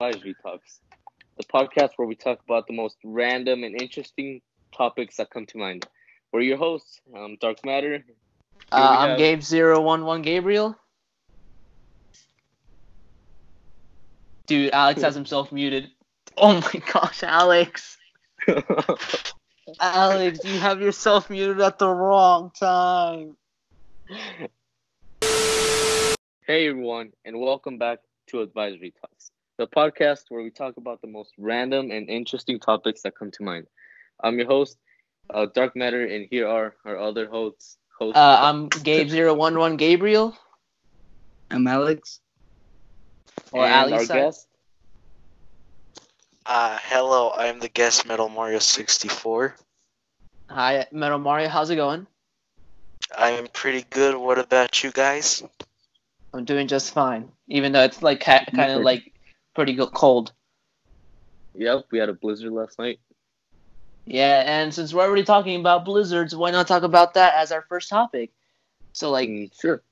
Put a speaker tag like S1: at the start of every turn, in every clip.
S1: Advisory Talks, the podcast where we talk about the most random and interesting topics that come to mind. We're your hosts, um, Dark Matter.
S2: Uh,
S1: we
S2: I'm
S1: have-
S2: Gabe zero one one Gabriel. Dude, Alex has himself muted. Oh my gosh, Alex! Alex, you have yourself muted at the wrong time.
S1: hey, everyone, and welcome back to Advisory Talks, the podcast where we talk about the most random and interesting topics that come to mind. I'm your host, uh, Dark Matter, and here are our other hosts. hosts
S2: Uh, I'm Gabe zero one one Gabriel.
S3: I'm Alex.
S2: Or
S1: and our
S2: Alex.
S1: guest.
S4: Uh, hello, I'm the guest Metal Mario 64.
S2: Hi, Metal Mario. How's it going?
S4: I'm pretty good. What about you guys?
S2: I'm doing just fine, even though it's like ca- kind of
S1: Blizzard.
S2: like pretty go- cold.
S1: Yep, we had a blizzard last night.
S2: Yeah, and since we're already talking about blizzards, why not talk about that as our first topic? So like,
S1: Mm, sure.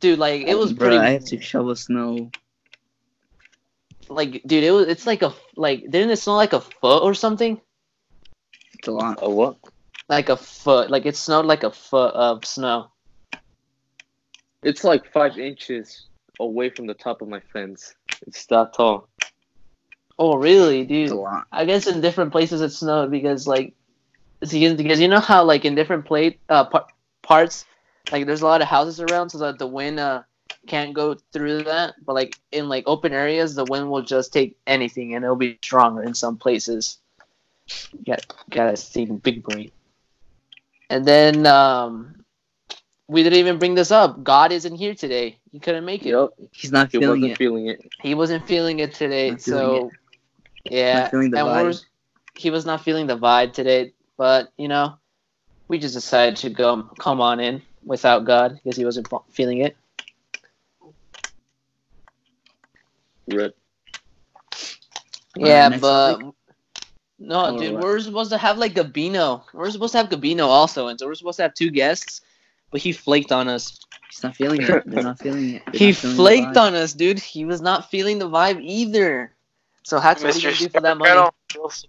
S2: dude, like it was
S3: Bro,
S2: pretty.
S3: I have to shovel snow.
S2: Like, dude, it was. It's like a like. Didn't it smell like a foot or something?
S3: It's a lot.
S1: A Uh, what?
S2: Like a foot. Like it snowed like a foot of snow.
S1: It's like five inches away from the top of my fence. It's that tall.
S2: Oh really,
S3: It's a
S2: dude?
S3: lot.
S2: I guess in different places it snowed because like, it's because because you know how like in different plate uh par- parts, like there's a lot of houses around so that the wind uh can't go through that. But like in like open areas, the wind will just take anything and it'll be stronger in some places. Got gotta think big brain. And then um, we didn't even bring this up. God isn't here today. He couldn't make it.
S1: Yep.
S3: He's not
S1: He
S3: feeling
S1: wasn't
S3: it.
S1: feeling it.
S2: He wasn't feeling it today,
S3: Not
S2: so
S3: feeling
S2: yeah.
S3: Not feeling the
S2: and we're-
S3: vibe.
S2: he was not feeling the vibe today, but you know, we just decided to go come on in without God because he wasn't fe- feeling it.
S1: Rip.
S3: Uh,
S2: yeah,
S3: next
S2: but no,
S3: Or
S2: dude,
S3: what?
S2: we're supposed to have like Gabino. We're supposed to have Gabino also, and so we're supposed to have two guests, but he flaked on us.
S3: He's not feeling it. They're not feeling it. They're
S2: He
S3: not feeling the
S2: flaked
S3: vibe.
S2: on us, dude. He was not feeling the vibe either. So how what are you gonna do for that money?
S4: feel so,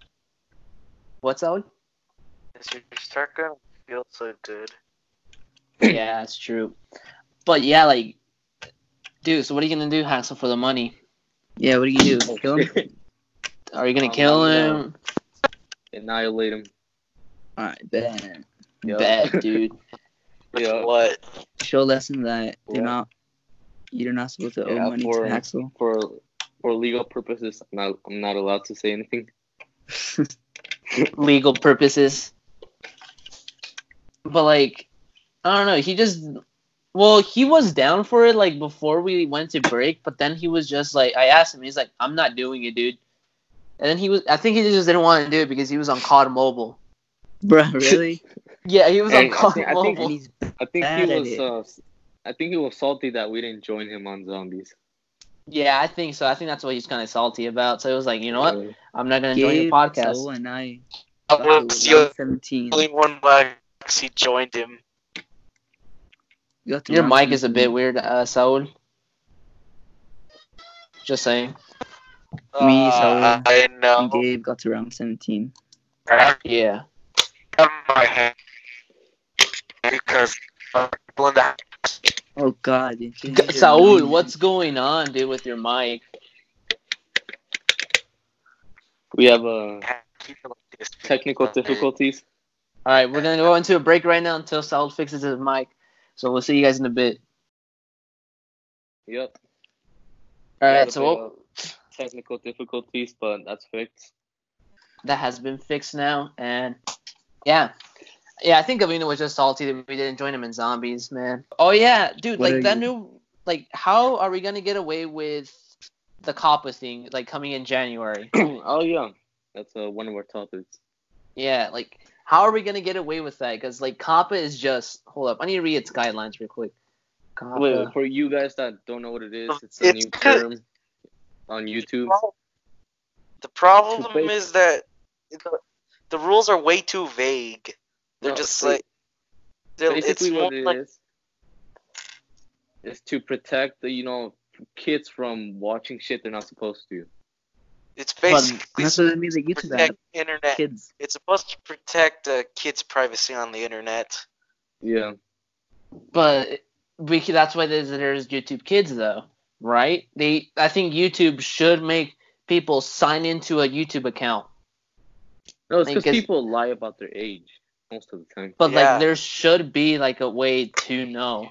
S2: What's that?
S4: Mr. Stark, I don't feel so good.
S2: yeah, that's true. But yeah, like, dude, so what are you gonna do, Hansel, for the money?
S3: Yeah, what do you
S2: Oh,
S3: do? Kill him?
S2: Are you gonna
S1: Um,
S2: kill
S1: I'm
S2: him?
S1: gonna- Annihilate him.
S3: Alright, bet.
S1: Yep.
S2: Bad dude.
S4: With
S1: Yeah.
S4: what?
S3: Show lesson that
S1: Yeah.
S3: they're not. You're not supposed to owe
S1: Yeah,
S3: money
S1: for-
S3: to Axel.
S1: For for legal purposes, I'm not I'm not allowed to say anything.
S2: Legal purposes. But like, I don't know. He just, well, he was down for it like before we went to break. But then he was just like, I asked him. He's like, I'm not doing it, dude. And then he was. I think he just didn't want to do it because he was on COD Mobile.
S3: Bro, really?
S2: Yeah, he was
S1: And
S2: on
S1: I
S2: COD
S1: think- I think
S2: Mobile.
S3: and he's
S1: I think
S3: Bad
S1: he was
S3: idea.
S1: uh, s- I think he was salty that we didn't join him on zombies.
S2: yeah, I think so. I think that's what he's kind of salty about. So it was like, you know what?
S1: Uh,
S2: I'm not gonna join
S3: gay,
S2: your podcast.
S3: Soul, and I.
S4: I
S3: Wow,
S4: was the
S3: 17.
S4: only one who actually joined him.
S3: You have to
S2: Your
S3: run
S2: mic
S3: from
S2: is a
S3: the-
S2: bit weird, uh, Saul. Just saying.
S3: Me,
S4: Uh, I know.
S3: Gabe got to round 17.
S4: I
S2: Yeah.
S4: have my hand because uh, people in the
S3: Oh god, did you hear
S2: Saul,
S3: mine?
S2: what's going on, dude, with your mic?
S1: we have uh,
S4: people like this.
S1: technical difficulties.
S2: All right, we're gonna go into a break right now until Saul fixes his mic. So we'll see you guys in a bit.
S1: Yep.
S2: All
S1: We had
S2: right,
S1: a
S2: so
S1: bit
S2: what-
S1: of technical difficulties, but that's fixed.
S2: that has been fixed now, and yeah, yeah, I think Gabino was just salty that we didn't join him in Zombies, man. Oh yeah, dude,
S3: What
S2: like
S3: are
S2: that
S3: you-
S2: new, like, how are we gonna get away with the COPPA thing, like coming in January?
S1: oh yeah, that's uh, one of our topics.
S2: Yeah, like how are we gonna get away with that? Because like COPPA is just hold up, I need to read its guidelines real quick. COPPA.
S1: Wait, for you guys that don't know what it is, it's a
S4: It's
S1: new
S4: good.
S1: term on YouTube.
S4: The problem is that the, the rules are way too vague. They're
S1: No,
S4: just
S1: ba-
S4: like they're, it's
S1: Basically,
S4: more
S1: what it is
S4: like
S1: is to protect the you know kids from watching shit they're not supposed to.
S4: It's
S3: Fun.
S4: basically
S3: That's what I mean. Like YouTube
S4: protect
S3: ad.
S4: internet.
S3: Kids.
S4: It's supposed to protect uh, kids' privacy on the internet.
S1: Yeah.
S2: But we c- that's why there's, there's YouTube Kids though, right? They I think YouTube should make people sign into a YouTube account.
S1: No, it's
S2: Like,
S1: because
S2: 'cause-
S1: people lie about their age most of the time.
S2: But
S4: Yeah.
S2: like there should be like a way to know.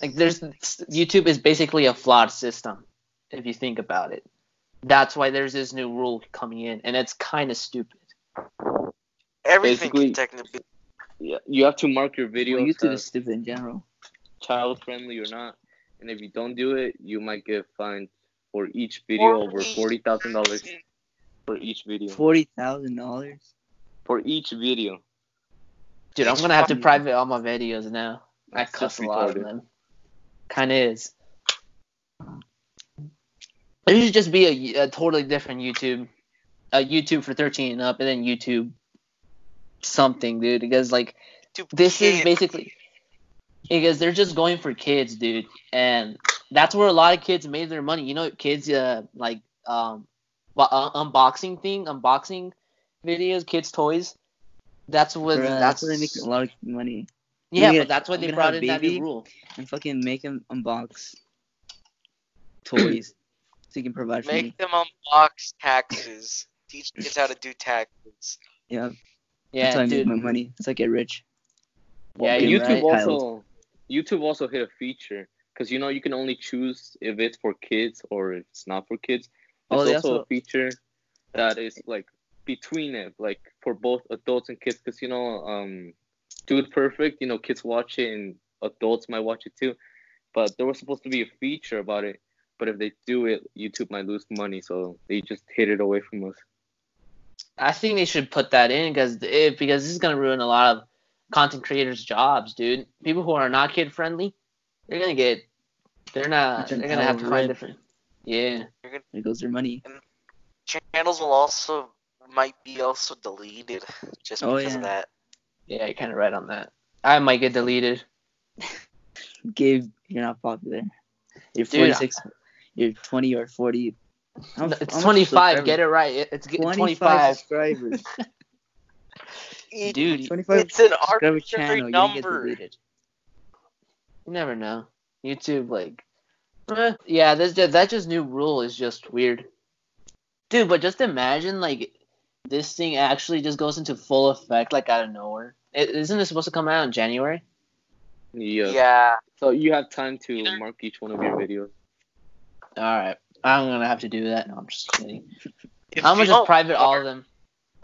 S2: Like there's YouTube is basically a flawed system if you think about it. That's why there's this new rule coming in and it's kind of stupid.
S4: Everything
S1: Basically-
S4: can technically.
S1: Yeah. You have to mark your
S3: Well,
S1: video
S3: YouTube is stupid in general.
S1: child friendly or not. And if you don't do it, you might get fined for each video over forty thousand dollars for each video.
S3: Forty thousand dollars.
S1: For each video.
S2: Dude, I'm
S4: It's
S2: going to have to
S4: fun.
S2: private all my videos now. I
S1: That's
S2: cuss
S1: just
S2: a lot of
S1: retarded.
S2: them. Kind of is. It should just be a, a totally different YouTube, a YouTube for 13 and up, and then YouTube something, dude. Because like
S4: YouTube
S2: this is
S4: Kids.
S2: basically because they're just going for kids, dude, and that's where a lot of kids made their money. You know, kids uh, like um bu- uh, unboxing thing, unboxing videos, kids toys. That's what
S3: Bruh,
S2: that's
S3: that's why they make a lot of money.
S2: yeah,
S3: Yeah,
S2: but that's why
S3: I'm
S2: they
S3: gonna
S2: brought
S3: have
S2: in that new
S3: baby.
S2: rule.
S3: And fucking make him unbox toys so he can provide for me.
S4: Make them unbox taxes. Teach kids how to do taxes.
S3: Yeah, that's how
S2: Yeah,
S3: I make
S2: dude.
S3: my money. That's how I get rich.
S2: Yeah,
S1: And
S2: you're
S1: YouTube
S2: right.
S1: also YouTube also hit a feature because you know you can only choose if it's for kids or if it's not for kids.
S3: Oh,
S1: It's
S3: they
S1: also, a
S3: also-
S1: feature that is like between it, like for both adults and kids, because you know, um, Dude Perfect, you know, kids watch it and adults might watch it too. But there was supposed to be a feature about it, but if they do it, YouTube might lose money, so they just hid it away from us.
S2: I think they should put that in because it, because this is gonna ruin a lot of content creators' jobs, dude. People who are not kid friendly, they're gonna get, they're not,
S3: Then
S2: they're gonna have
S3: I'll
S2: to find
S3: rip.
S2: different. Yeah.
S3: There goes their money.
S4: Channels will also might be also deleted just
S3: Oh,
S4: because of
S3: yeah.
S4: that.
S2: Yeah, you're kind of right on that. I might get deleted.
S3: Gabe, you're not popular. You're
S2: Dude,
S3: 46. you're 20 or 40. How-
S2: No,
S3: how
S2: It's
S3: much
S2: 25.
S3: subscribers?
S2: Get it right. It- It's getting
S3: 25,
S2: 25.
S3: subscribers.
S4: It-
S2: Dude, you
S3: 25
S4: it's an
S3: subscriber
S4: arbitrary
S3: channel. You get
S4: number.
S3: deleted.
S2: never know. YouTube, like, eh, yeah, this ju- that just new rule is just weird, dude. But just imagine like this thing actually just goes into full effect like out of nowhere. is isn't it supposed to come out in January?
S1: Yeah.
S4: Yeah.
S1: So you have time to mark each one of your videos.
S2: All right, I'm gonna have to do that. No, I'm just kidding.
S4: If
S2: I'm gonna
S4: you
S2: just
S4: don't
S2: private all
S4: mark-
S2: of them.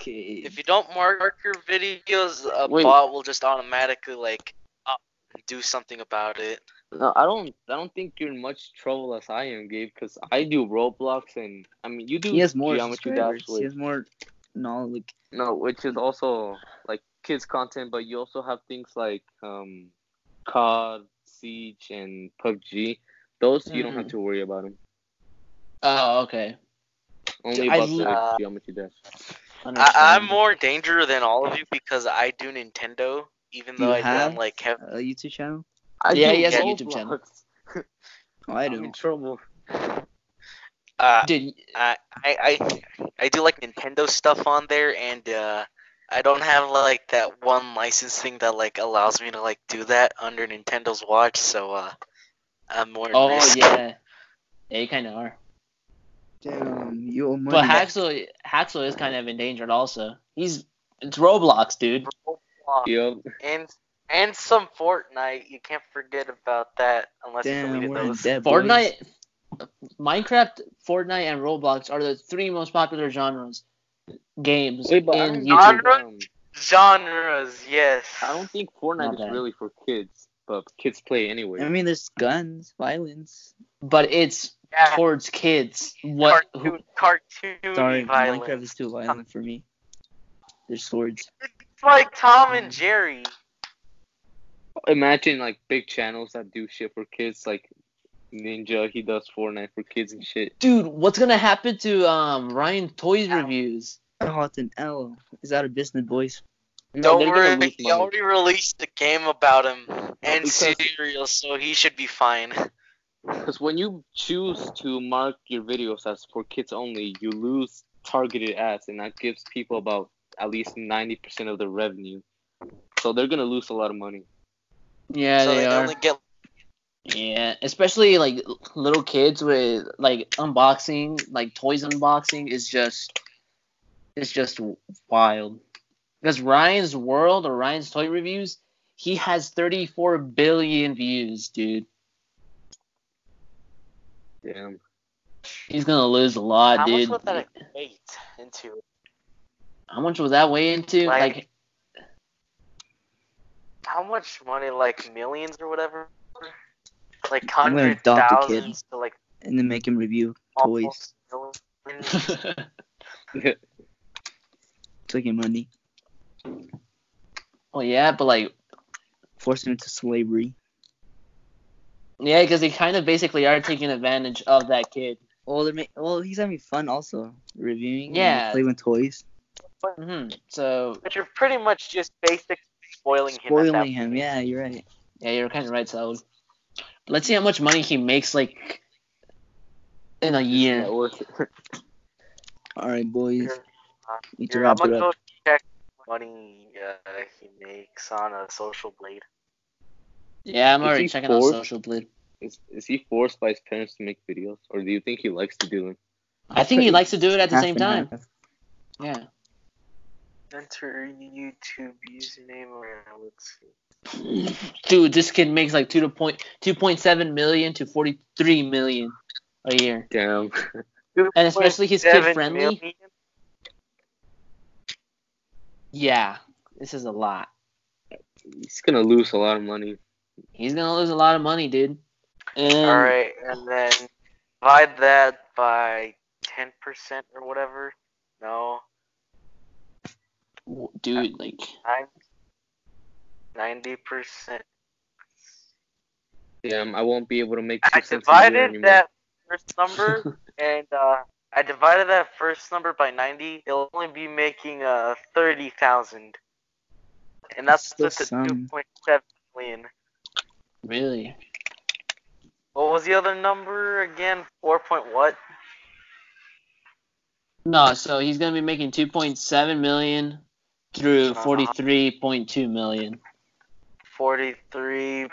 S3: Okay.
S4: If you don't mark your videos, a
S1: Wait.
S4: bot will just automatically like up and do something about it.
S1: No, I don't. I don't think you're in much trouble as I am, Gabe, because I do Roblox and I mean you do
S3: he has more
S1: Geometry
S3: subscribers.
S1: Dash with-
S3: He has more knowledge.
S1: No, which is also like kids content, but you also have things like um, COD, Siege, and PUBG. Those you
S3: Mm.
S1: don't have to worry about them.
S2: Oh, okay.
S1: Only
S2: I
S1: about the
S4: love-
S1: geometry dash.
S4: I, I'm
S2: Understandable.
S4: more in danger than all of you because I do Nintendo, even though
S3: You
S4: I don't
S3: have?
S4: like have.
S3: A YouTube channel?
S2: Yeah,
S1: do
S2: he has a
S1: Roblox.
S2: YouTube channel.
S3: Oh, I
S1: I'm in
S3: don't.
S1: trouble.
S4: Uh,
S2: Dude,
S4: I, I I I do like Nintendo stuff on there, and uh, I don't have like that one license thing that like allows me to like do that under Nintendo's watch. So uh, I'm more. at
S2: oh
S4: risk.
S2: yeah, yeah, you kind of are.
S3: Damn, you owe money.
S2: But Haxel, Haxel is kind of endangered also. He's it's Roblox, dude.
S4: Roblox
S1: Yep.
S4: and and some Fortnite. You can't forget about that unless you
S3: Damn,
S4: deleted
S3: we're in
S4: those.
S3: debt. boys.
S2: Fortnite, Minecraft, Fortnite, and Roblox are the three most popular genres games
S1: Wait, but I
S2: in
S1: don't- um,
S2: YouTube.
S4: Genre? Genres, yes.
S1: I don't think Fortnite
S2: Not
S1: is
S2: bad.
S1: really for kids, but kids play anyway.
S3: I mean, there's guns, violence.
S2: But it's
S4: Yeah,
S2: towards kids. What? Who,
S4: cartoon, cartoon
S3: Sorry,
S4: violence.
S3: Minecraft is too violent for me. There's swords.
S4: It's like Tom and Jerry.
S1: Imagine like big channels that do shit for kids, like Ninja. He does Fortnite for kids and shit.
S2: dude, what's gonna happen to um Ryan Toys
S4: Ow.
S2: reviews?
S3: Oh, it's an L. Is that a business, boys?
S1: No,
S4: Don't
S1: they're gonna
S4: worry,
S1: lose
S4: they
S1: money.
S4: already released a game about him and
S1: because-
S4: cereal, so he should be fine.
S1: Because when you choose to mark your videos as for kids only, you lose targeted ads, and that gives people about at least 90% of their revenue. So they're going to lose a lot of money.
S2: Yeah,
S4: so
S2: they, are.
S4: only get
S2: Yeah, especially like little kids with like unboxing, like toys unboxing is just it's just wild. Because Ryan's World or Ryan's Toy Reviews, he has 34 billion views, dude.
S1: Damn.
S2: He's gonna lose a lot,
S4: how
S2: dude.
S4: much would that equate into?
S2: How much was that way into?
S4: Like-
S2: Like,
S4: How much money? Like millions or whatever. Like
S3: I'm gonna
S4: hundred
S3: adopt a kid.
S4: thousands to like
S3: and then make him review
S4: almost millions.
S3: taking money,
S2: well, yeah, but like,
S3: force him into slavery.
S2: yeah, because they kind of basically are taking advantage of that kid.
S3: Well, Oh, they're ma- well, he's having fun also reviewing.
S2: Yeah.
S3: and playing with toys,
S2: hmm So
S4: But you're pretty much just basic spoiling him. at that
S3: spoiling him.
S4: point.
S3: Yeah, you're right.
S2: Yeah, you're kind of right, Saul. Let's see how much money he makes, like, in a
S1: That
S2: year.
S1: worth it.
S3: All right, boys,
S4: You're-
S2: uh,
S3: we need to
S4: Here, I'm
S3: wrap it
S4: gonna
S3: up.
S4: go check what money uh, he makes on a social blade.
S2: Yeah, I'm
S1: Is
S2: already
S1: he
S2: checking
S1: fourth?
S2: out Social Blade.
S1: Is, is he forced by his parents to make videos, or do you think he likes to do them?
S2: I think he likes to do it at the
S3: Half
S2: same
S3: and
S2: time.
S3: half.
S2: Yeah.
S4: Enter YouTube username or let's see.
S2: Dude, this kid makes like two to point two point seven million to forty three million a year.
S1: Damn.
S2: And especially he's kid
S4: 2.7
S2: friendly.
S4: million?
S2: Yeah. This is a lot.
S1: He's going to lose a lot of money.
S2: He's gonna lose a lot of money, dude. And
S4: All right, and then divide that by ten percent or whatever. No,
S2: w- dude, like
S4: nine. Ninety percent.
S1: Damn, I won't be able to make
S4: I
S1: two cents a year
S4: divided
S1: anymore.
S4: that first number and uh, I divided that first number by ninety. He'll only be making uh thirty thousand, and that's
S3: Still
S4: split to
S3: some.
S4: two point seven million.
S2: really.
S4: What was the other number again? Four point what?
S2: No, so he's gonna be making two point seven million through
S4: Uh-huh.
S2: forty three point two million.
S4: Forty-three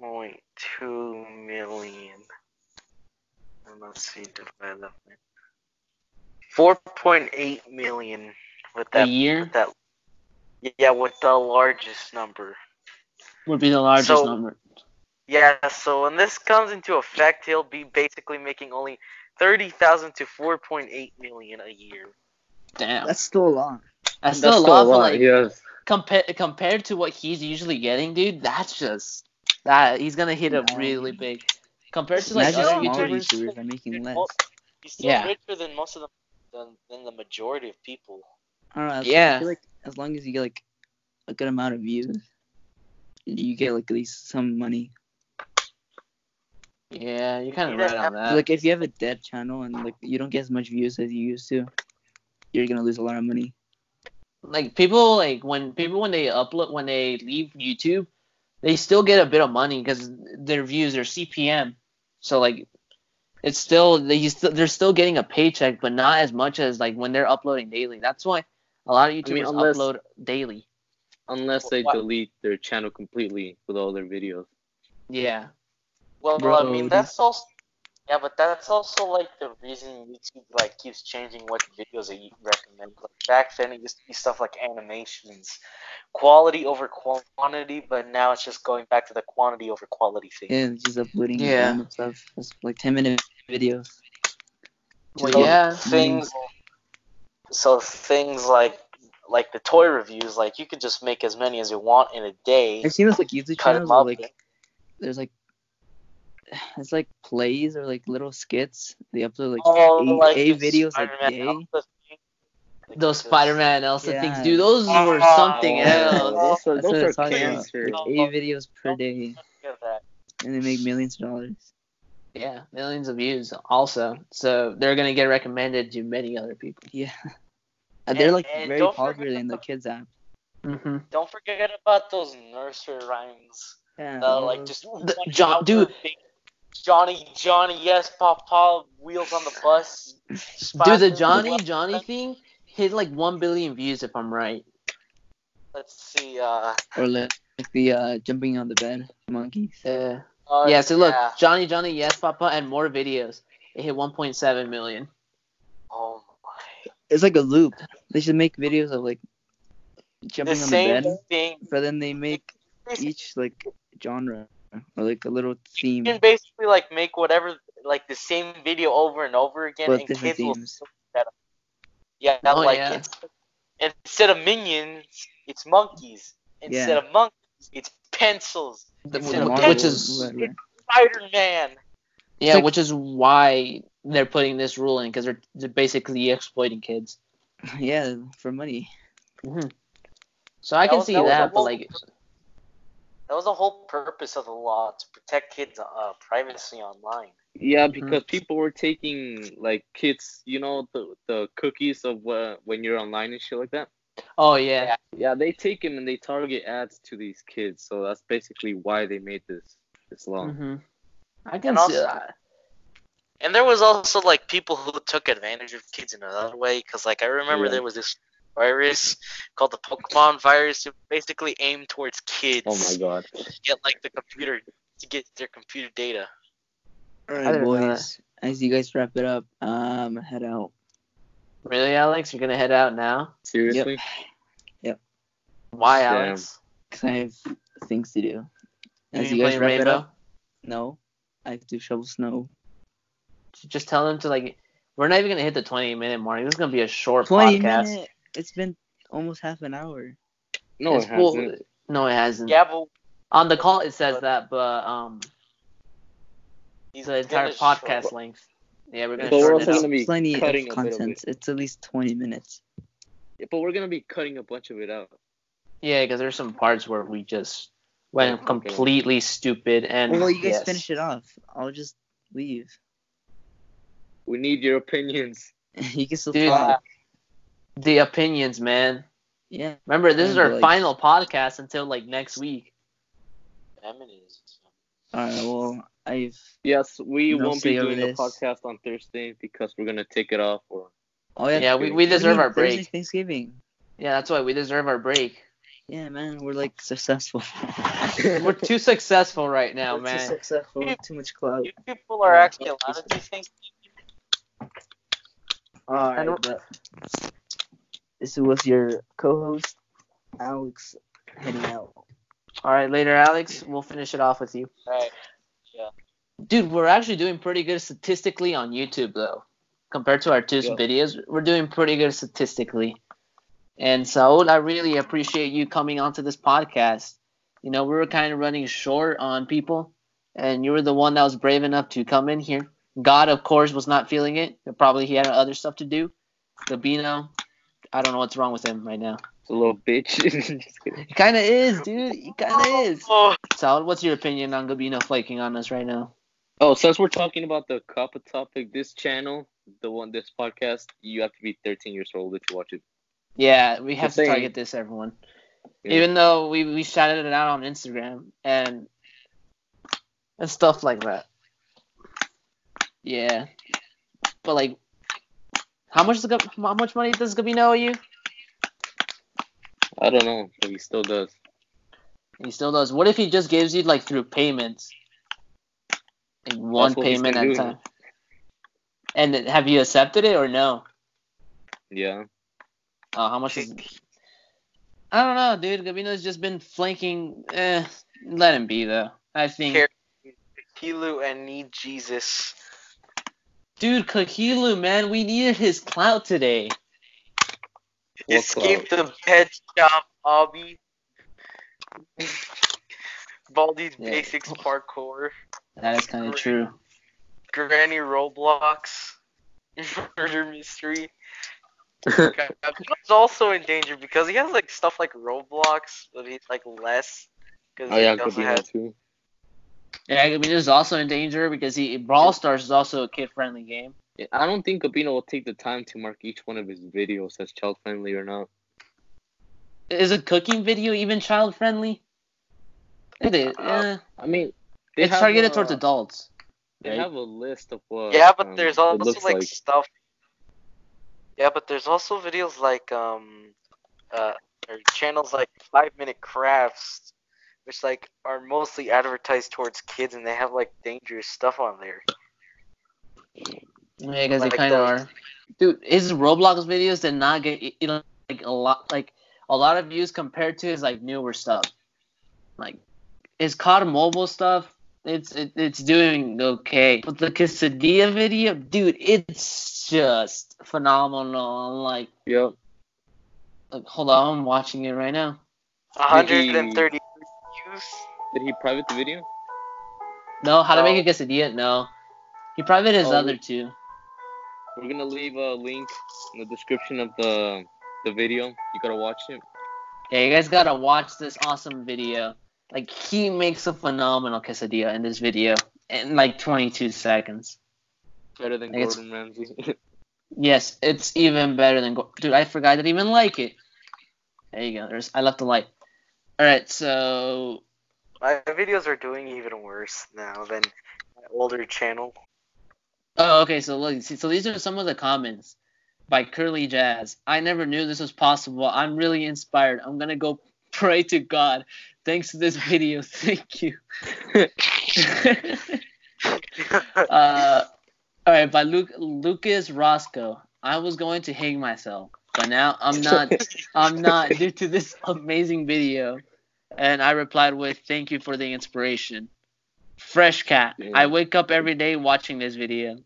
S4: point two million. And let's see, divide that. by- Four point eight million with
S2: A
S4: that.
S2: year
S4: With that. Yeah, with the largest number.
S2: would be the largest
S4: So-
S2: number.
S4: Yeah, so when this comes into effect, he'll be basically making only thirty thousand to four point eight million a year.
S2: Damn,
S3: That's still a lot.
S2: that's still a
S1: still
S2: lot. but, like,
S1: yes.
S2: compa- compared to what he's usually getting, dude, that's just that he's gonna hit up
S3: Yeah.
S2: really big. Compared to like oh,
S3: Imagine
S2: other
S3: smaller
S2: YouTubers,
S3: YouTubers are making less.
S4: Well, He's still
S2: Yeah.
S4: richer than most of the than, than the majority of people.
S3: I don't know. I
S2: Yeah.
S3: feel like as long as you get like a good amount of views, you get like at least some money.
S2: yeah, you're kind
S4: He
S2: of
S4: doesn't
S2: right on
S4: have-
S2: that.
S3: like if you have a dead channel and like you don't get as much views as you used to, you're gonna lose a lot of money.
S2: like people like when people when they upload when they leave YouTube, they still get a bit of money because their views their CPM. So like, it's still they he's still they're still getting a paycheck, but not as much as like when they're uploading daily. That's why a lot of YouTubers
S1: unless-
S2: upload daily.
S1: Unless they
S4: Wha-
S1: delete their channel completely with all their videos.
S2: Yeah,
S4: Well, I
S3: Bro,
S4: mean that's also yeah, but that's also like the reason YouTube like keeps changing what videos they recommend. Like back then it used to be stuff like animations, quality over quantity, but now it's just going back to the quantity over quality thing.
S3: Yeah, just uploading
S2: Yeah.
S3: random stuff. It's like ten minute videos.
S2: well,
S4: So
S2: yeah,
S4: things so things like like the toy reviews like you can just make as many as you want in a day
S3: I've seen those like YouTube
S4: cut 'em
S3: channels where,
S4: up
S3: like there's like it's like plays or like little skits. They upload like
S4: Oh,
S3: eight,
S4: like
S3: eight
S4: the
S3: videos a
S4: Spider-Man
S3: day.
S4: Elsa thing. Like,
S2: those
S4: just-
S2: Spider-Man Elsa
S3: Yeah.
S2: things, dude. Those
S4: Oh,
S2: were something
S4: yeah.
S1: Those are,
S2: else.
S3: That's what I'm
S1: those are
S3: talking about.
S1: cancer.
S4: No.
S3: Eight videos per day,
S4: Look at that.
S3: and they make millions of dollars.
S2: Yeah, millions of views also. So they're gonna get recommended to many other people.
S3: Yeah.
S4: And-
S3: They're like
S4: and
S3: very
S4: don't
S3: popular
S4: forget
S3: in the
S4: the-
S3: kids app.
S2: Mm-hmm.
S4: Don't forget about those nursery rhymes.
S3: Yeah.
S4: Uh, like just
S2: The- John- dude.
S4: Johnny, Johnny, yes, Pop, Pop, Wheels on the Bus.
S2: Dude, the Johnny Johnny thing hit like one billion views if I'm right.
S4: Let's see. Uh,
S3: Or like the uh, jumping on the bed monkeys.
S2: Yeah.
S4: uh,
S2: yeah. So look,
S4: yeah.
S2: Johnny Johnny Yes Papa and more videos. It hit 1.7 million.
S4: Oh my.
S3: It's like a loop. They should make videos of like
S4: The
S3: jumping on the
S4: same
S3: bed,
S4: thing.
S3: but then they make each like genre or like a little
S4: You
S3: theme.
S4: can basically like make whatever, like the same video over and over again,
S3: But
S4: and
S3: different
S4: kids will
S3: themes.
S4: still look at 'em. Yeah, not
S2: Oh,
S4: like
S2: yeah.
S4: it's- instead of minions, it's monkeys. Instead
S3: Yeah.
S4: of monkeys, it's pencils.
S2: The-
S3: It's a
S2: which
S3: Marvel,
S2: is
S3: whatever.
S4: Spider Man.
S2: yeah,
S3: like-
S2: which is why they're putting this rule in because they're, they're basically exploiting kids.
S3: yeah for money.
S2: So I
S4: That
S2: can
S4: was-
S2: see
S4: that was
S2: that,
S4: the
S2: but
S4: whole-
S2: like,
S4: That was the whole purpose of the law to protect kids' uh, privacy online.
S1: Yeah,
S3: Mm-hmm.
S1: because people were taking like kids, you know, the the cookies of uh, when you're online and shit like that.
S2: oh yeah,
S1: Yeah, they take them and they target ads to these kids. So that's basically why they made this this law.
S2: hmm I can
S4: And also-
S2: see that.
S4: And there was also like people who took advantage of kids in another way, because like I remember
S1: Yeah.
S4: there was this virus called the Pokemon virus, who basically aimed towards
S3: Mm-hmm.
S4: kids
S1: Oh my god.
S4: to get like the computer to get their computer data.
S3: All
S2: Other
S3: right,
S2: than
S3: boys. As you guys wrap it up, um, head out.
S2: Really, Alex, you're gonna head out now?
S1: Seriously?
S2: Why,
S1: Damn.
S2: Alex?
S3: Cause I have things to do.
S2: You
S3: As
S2: been
S3: you guys
S2: playing
S3: wrap it
S2: Rainbow?
S3: up, no, I have to shovel snow.
S2: Just tell them to like. We're not even gonna hit the 20 minute mark. This is gonna be a short
S3: Twenty
S2: podcast.
S3: minute. It's been almost half an hour.
S1: No, it
S2: It's- well,
S1: hasn't.
S2: no, it hasn't.
S4: Yeah, but
S2: On the call, it says that, but um,
S4: he's
S2: the entire
S4: gonna
S2: podcast
S4: show-
S2: length. Yeah, we're gonna
S1: So we're
S2: shorten
S1: also
S2: it
S1: gonna
S2: up.
S1: be
S3: plenty of
S1: cutting a bit of
S3: content. It's at least twenty minutes.
S1: But we're gonna be cutting a bunch of it out.
S2: Yeah, because there's some parts where we just went
S1: Okay.
S2: completely stupid and.
S3: Well, you guys
S2: yes.
S3: finish it off. I'll just leave.
S1: We need your opinions.
S3: you can still
S2: Dude.
S3: talk.
S2: The opinions, man.
S3: Yeah.
S2: Remember, this is
S3: And,
S2: our
S3: like-
S2: final podcast until like next week.
S4: Feminism.
S3: All right. Well, I've.
S1: Yes, we
S3: No,
S1: won't be
S3: see over
S1: doing a
S3: this.
S1: podcast on Thursday because we're gonna take it off or
S3: Oh yeah.
S2: Yeah, we, we
S3: what do you
S2: deserve
S3: mean?
S2: our break.
S3: Thursday's Thanksgiving.
S2: Yeah, that's why we deserve our break.
S3: Yeah, man. We're like successful.
S2: We're too successful right now,
S3: We're Too
S2: man.
S3: successful. Too much
S2: Oh.
S3: clout.
S4: You people are
S3: Yeah.
S4: actually allowed to do things.
S3: All right,
S2: don't-
S3: but this was your co-host Alex heading out.
S2: All right, later, Alex. We'll finish it off with you.
S4: Right.
S2: Dude, we're actually doing pretty good statistically on YouTube though. Compared to our two
S1: Yeah.
S2: videos, we're doing pretty good statistically. And so I really appreciate you coming onto this podcast. You know, we were kind of running short on people, and you were the one that was brave enough to come in here. God, of course, was not feeling it. Probably he had other stuff to do. Gabino, I don't know what's wrong with him right now.
S1: it's a little bitch. Just kidding.
S2: He kind of is, dude. He kind of is.
S4: Oh,
S2: Saul, what's your opinion on Gabino flaking on us right now?
S1: oh, since we're talking about the Kappa topic, this channel, the one this podcast, you have to be thirteen years old if you watch it.
S2: Yeah, we have
S1: Just
S2: to
S1: saying.
S2: target this, everyone.
S1: Yeah.
S2: Even though we, we shouted it out on Instagram and and stuff like that. Yeah, but like, how much does Gab- how much money does Gabino owe you?
S1: I don't know, but he still does.
S2: He still does. What if he just gives you like through payments, like one
S1: what he's
S2: payment
S1: been
S2: at a
S1: doing.
S2: time? And then have you accepted it or no?
S1: Yeah.
S2: Oh, how much is? I don't know, dude. Gabino's just been flanking. Eh, let him be though. I think.
S4: Care- Hilu and Need Jesus.
S2: Dude, Kahilu, man, we needed his clout today.
S1: What
S4: Escape the pet shop, Obby. Baldi's
S2: Yeah.
S4: Basics Parkour.
S2: That is kind of true.
S4: Granny Roblox. Murder Mystery. He's also in danger because he has like stuff like Roblox, but he's like less. Cause
S1: Oh yeah,
S4: he doesn't
S1: Gabino
S4: have,
S1: too.
S2: Yeah, Gabino's also in danger because he Brawl Stars is also a kid-friendly game.
S1: Yeah, I don't think Gabino will take the time to mark each one of his videos as child friendly or not.
S2: Is a cooking video even child-friendly? It is. eh.
S4: Uh,
S1: I mean, they
S2: It's
S1: have,
S2: targeted
S1: uh,
S2: towards adults.
S1: They
S2: right?
S1: have a list of what.
S4: yeah, but
S1: um,
S4: there's
S1: it
S4: also
S1: looks
S4: like, stuff. Yeah, but there's also videos like um, uh, or channels like Five Minute Crafts, which like are mostly advertised towards kids, and they have like dangerous stuff on there.
S2: Yeah, because they
S4: Like
S2: kind of
S4: those-
S2: are. Dude, his Roblox videos did not get you know, like a lot like a lot of views compared to his like newer stuff. Like his COD Mobile stuff, it's it, it's doing okay. But the Quesadilla video, dude, it's just phenomenal. Like,
S1: Yep.
S2: like hold on, I'm watching it right now.
S4: 130 views.
S1: Did he private the video?
S2: No, how to
S4: Oh.
S2: make a quesadilla? No, he private his
S1: Oh.
S2: other two.
S1: We're gonna leave a link in the description of the the video. You gotta watch it.
S2: Yeah, you guys gotta watch this awesome video. Like he makes a phenomenal quesadilla in this video in like 22 seconds.
S1: Better than
S2: It's-
S1: Gordon Ramsay.
S2: Yes, it's even better than go- dude. I forgot I didn't even like it. There you go. There's I left the light. All right, so
S4: My videos are doing even worse now than my older channel.
S2: Oh, okay. So look, see, so these are some of the comments by Curly Jazz. I never knew this was possible. I'm really inspired. I'm gonna go pray to God. Thanks to this video. Thank you. uh, all right, by Luke, Lucas Roscoe. I was going to hang myself, but now I'm not. I'm not due to this amazing video. And I replied with, "Thank you for the inspiration." Fresh cat.
S1: Yeah.
S2: I wake up every day watching this video.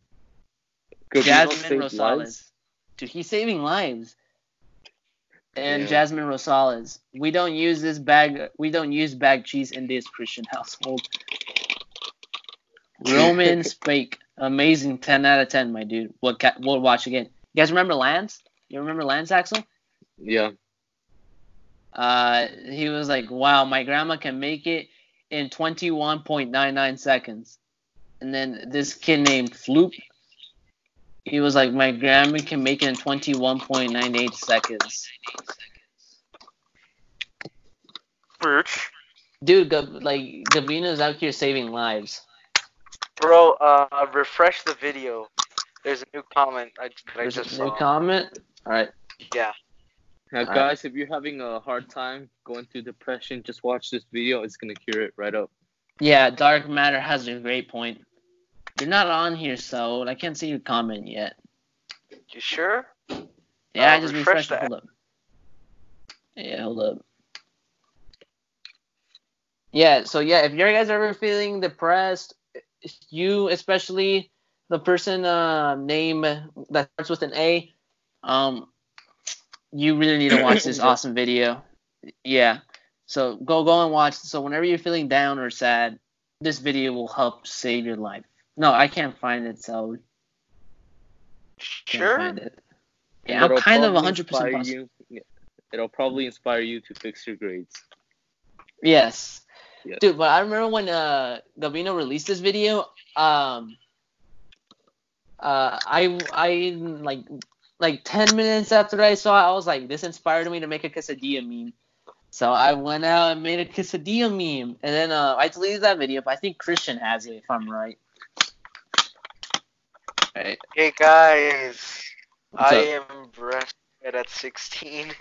S1: Could we not
S2: Jasmine
S1: save
S2: Rosales.
S1: lives?
S2: Dude, he's saving lives. And
S1: Yeah.
S2: Jasmine Rosales, we don't use this bag. We don't use bag cheese in this Christian household. Roman Spake, amazing, ten out of ten, my dude. What ca- we'll watch again. You guys remember Lance? You remember Lance Axel?
S1: Yeah.
S2: Uh, he was like, "Wow, my grandma can make it in 21.99 seconds." And then this kid named Floop, he was like, "My grandma can make it in 21.98 seconds."
S4: Birch.
S2: Dude, Gab- like Gabino's out here saving lives.
S4: Bro, uh, refresh the video. There's a new comment I, that I
S2: There's
S4: just
S2: a new
S4: saw.
S2: comment. All right.
S4: yeah.
S1: Now,
S2: Alright.
S1: guys, if you're having a hard time going through depression, just watch this video. It's gonna cure it right up.
S2: Yeah, Dark Matter has a great point. You're not on here, so I can't see your comment yet.
S4: You sure?
S2: Yeah,
S4: Uh,
S2: I just
S4: refresh
S2: refreshed. it.
S4: that.
S2: Hold up. Yeah, hold up. Yeah, so yeah, if you guys are ever feeling depressed, you especially the person uh, name that starts with an A, um, you really need to watch this awesome video. Yeah, so go go and watch. So whenever you're feeling down or sad, this video will help save your life. No, I can't find it, so I can't
S4: Sure.
S2: find it. Yeah, I'm
S1: It'll
S2: kind of
S1: probably
S2: 100%
S1: inspire
S2: positive.
S1: you- yeah. It'll probably inspire you to fix your grades.
S2: Yes.
S1: Yes.
S2: Dude, but I remember when uh Gabino released this video, um uh I I like like 10 minutes after I saw it, I was like this inspired me to make a quesadilla meme. So I went out and made a quesadilla meme and then uh I deleted that video, but I think Christian has it if I'm right. Right.
S4: Hey guys,
S2: What's
S4: I
S2: up?
S4: am breastfed at 16.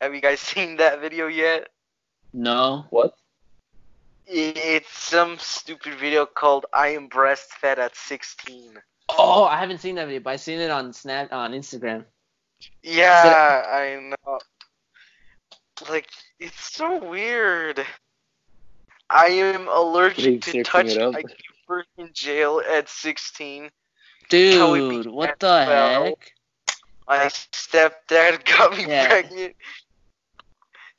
S4: Have you guys seen that video yet?
S2: No.
S1: What?
S4: It's some stupid video called "I am breastfed at 16."
S2: Oh, I haven't seen that video, but I seen it on Snap on Instagram.
S4: Yeah, I know. Like, it's so weird. I am
S1: Keep
S4: allergic to
S1: searching
S4: touch.
S1: it up.
S4: I keep in jail at 16. would be
S2: Dude, what the
S4: well.
S2: heck?
S4: My stepdad got me
S2: Yeah.
S4: pregnant.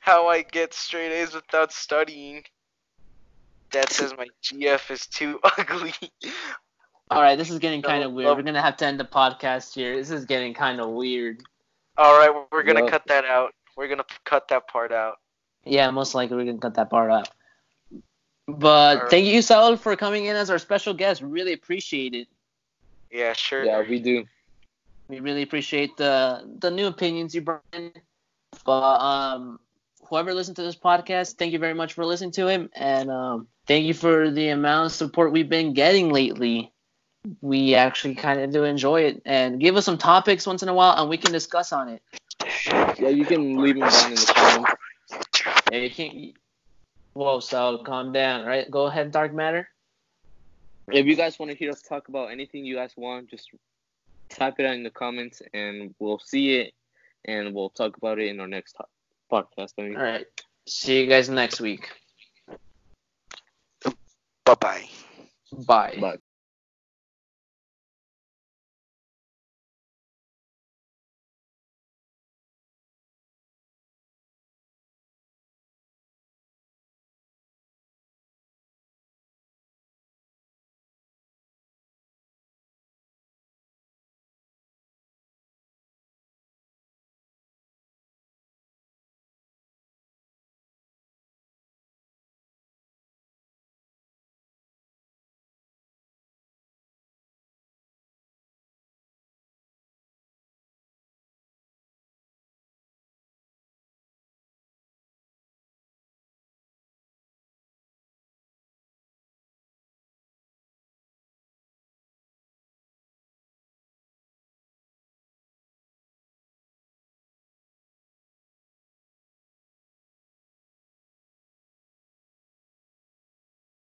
S4: How I get straight A's without studying. Dad says my GF is too ugly.
S2: All right, this is getting
S4: No,
S2: kind of weird.
S4: love-
S2: We're gonna have to end the podcast here. This is getting kind of weird.
S4: All right, we're gonna
S1: Well-
S4: cut that out. We're gonna p- cut that part out.
S2: Yeah, most likely we're gonna cut that part out. But
S4: All right.
S2: thank you, Saul, for coming in as our special guest. Really appreciate it.
S4: Yeah, sure.
S1: Yeah, we do.
S2: We really appreciate the the new opinions you brought in. But um, whoever listened to this podcast, thank you very much for listening to him, and um, thank you for the amount of support we've been getting lately. we actually kind of do enjoy it. And give us some topics once in a while, and we can discuss on it.
S1: Yeah, you can leave them down in the comments.
S2: And you can't. Whoa, so calm down. Right, go ahead, Dark Matter.
S1: If you guys want to hear us talk about anything you guys want, just type it out in the comments, and we'll see it, and we'll talk about it in our next to- podcast. I mean,
S2: All right. See you guys next week.
S4: Bye bye.
S2: Bye.
S1: but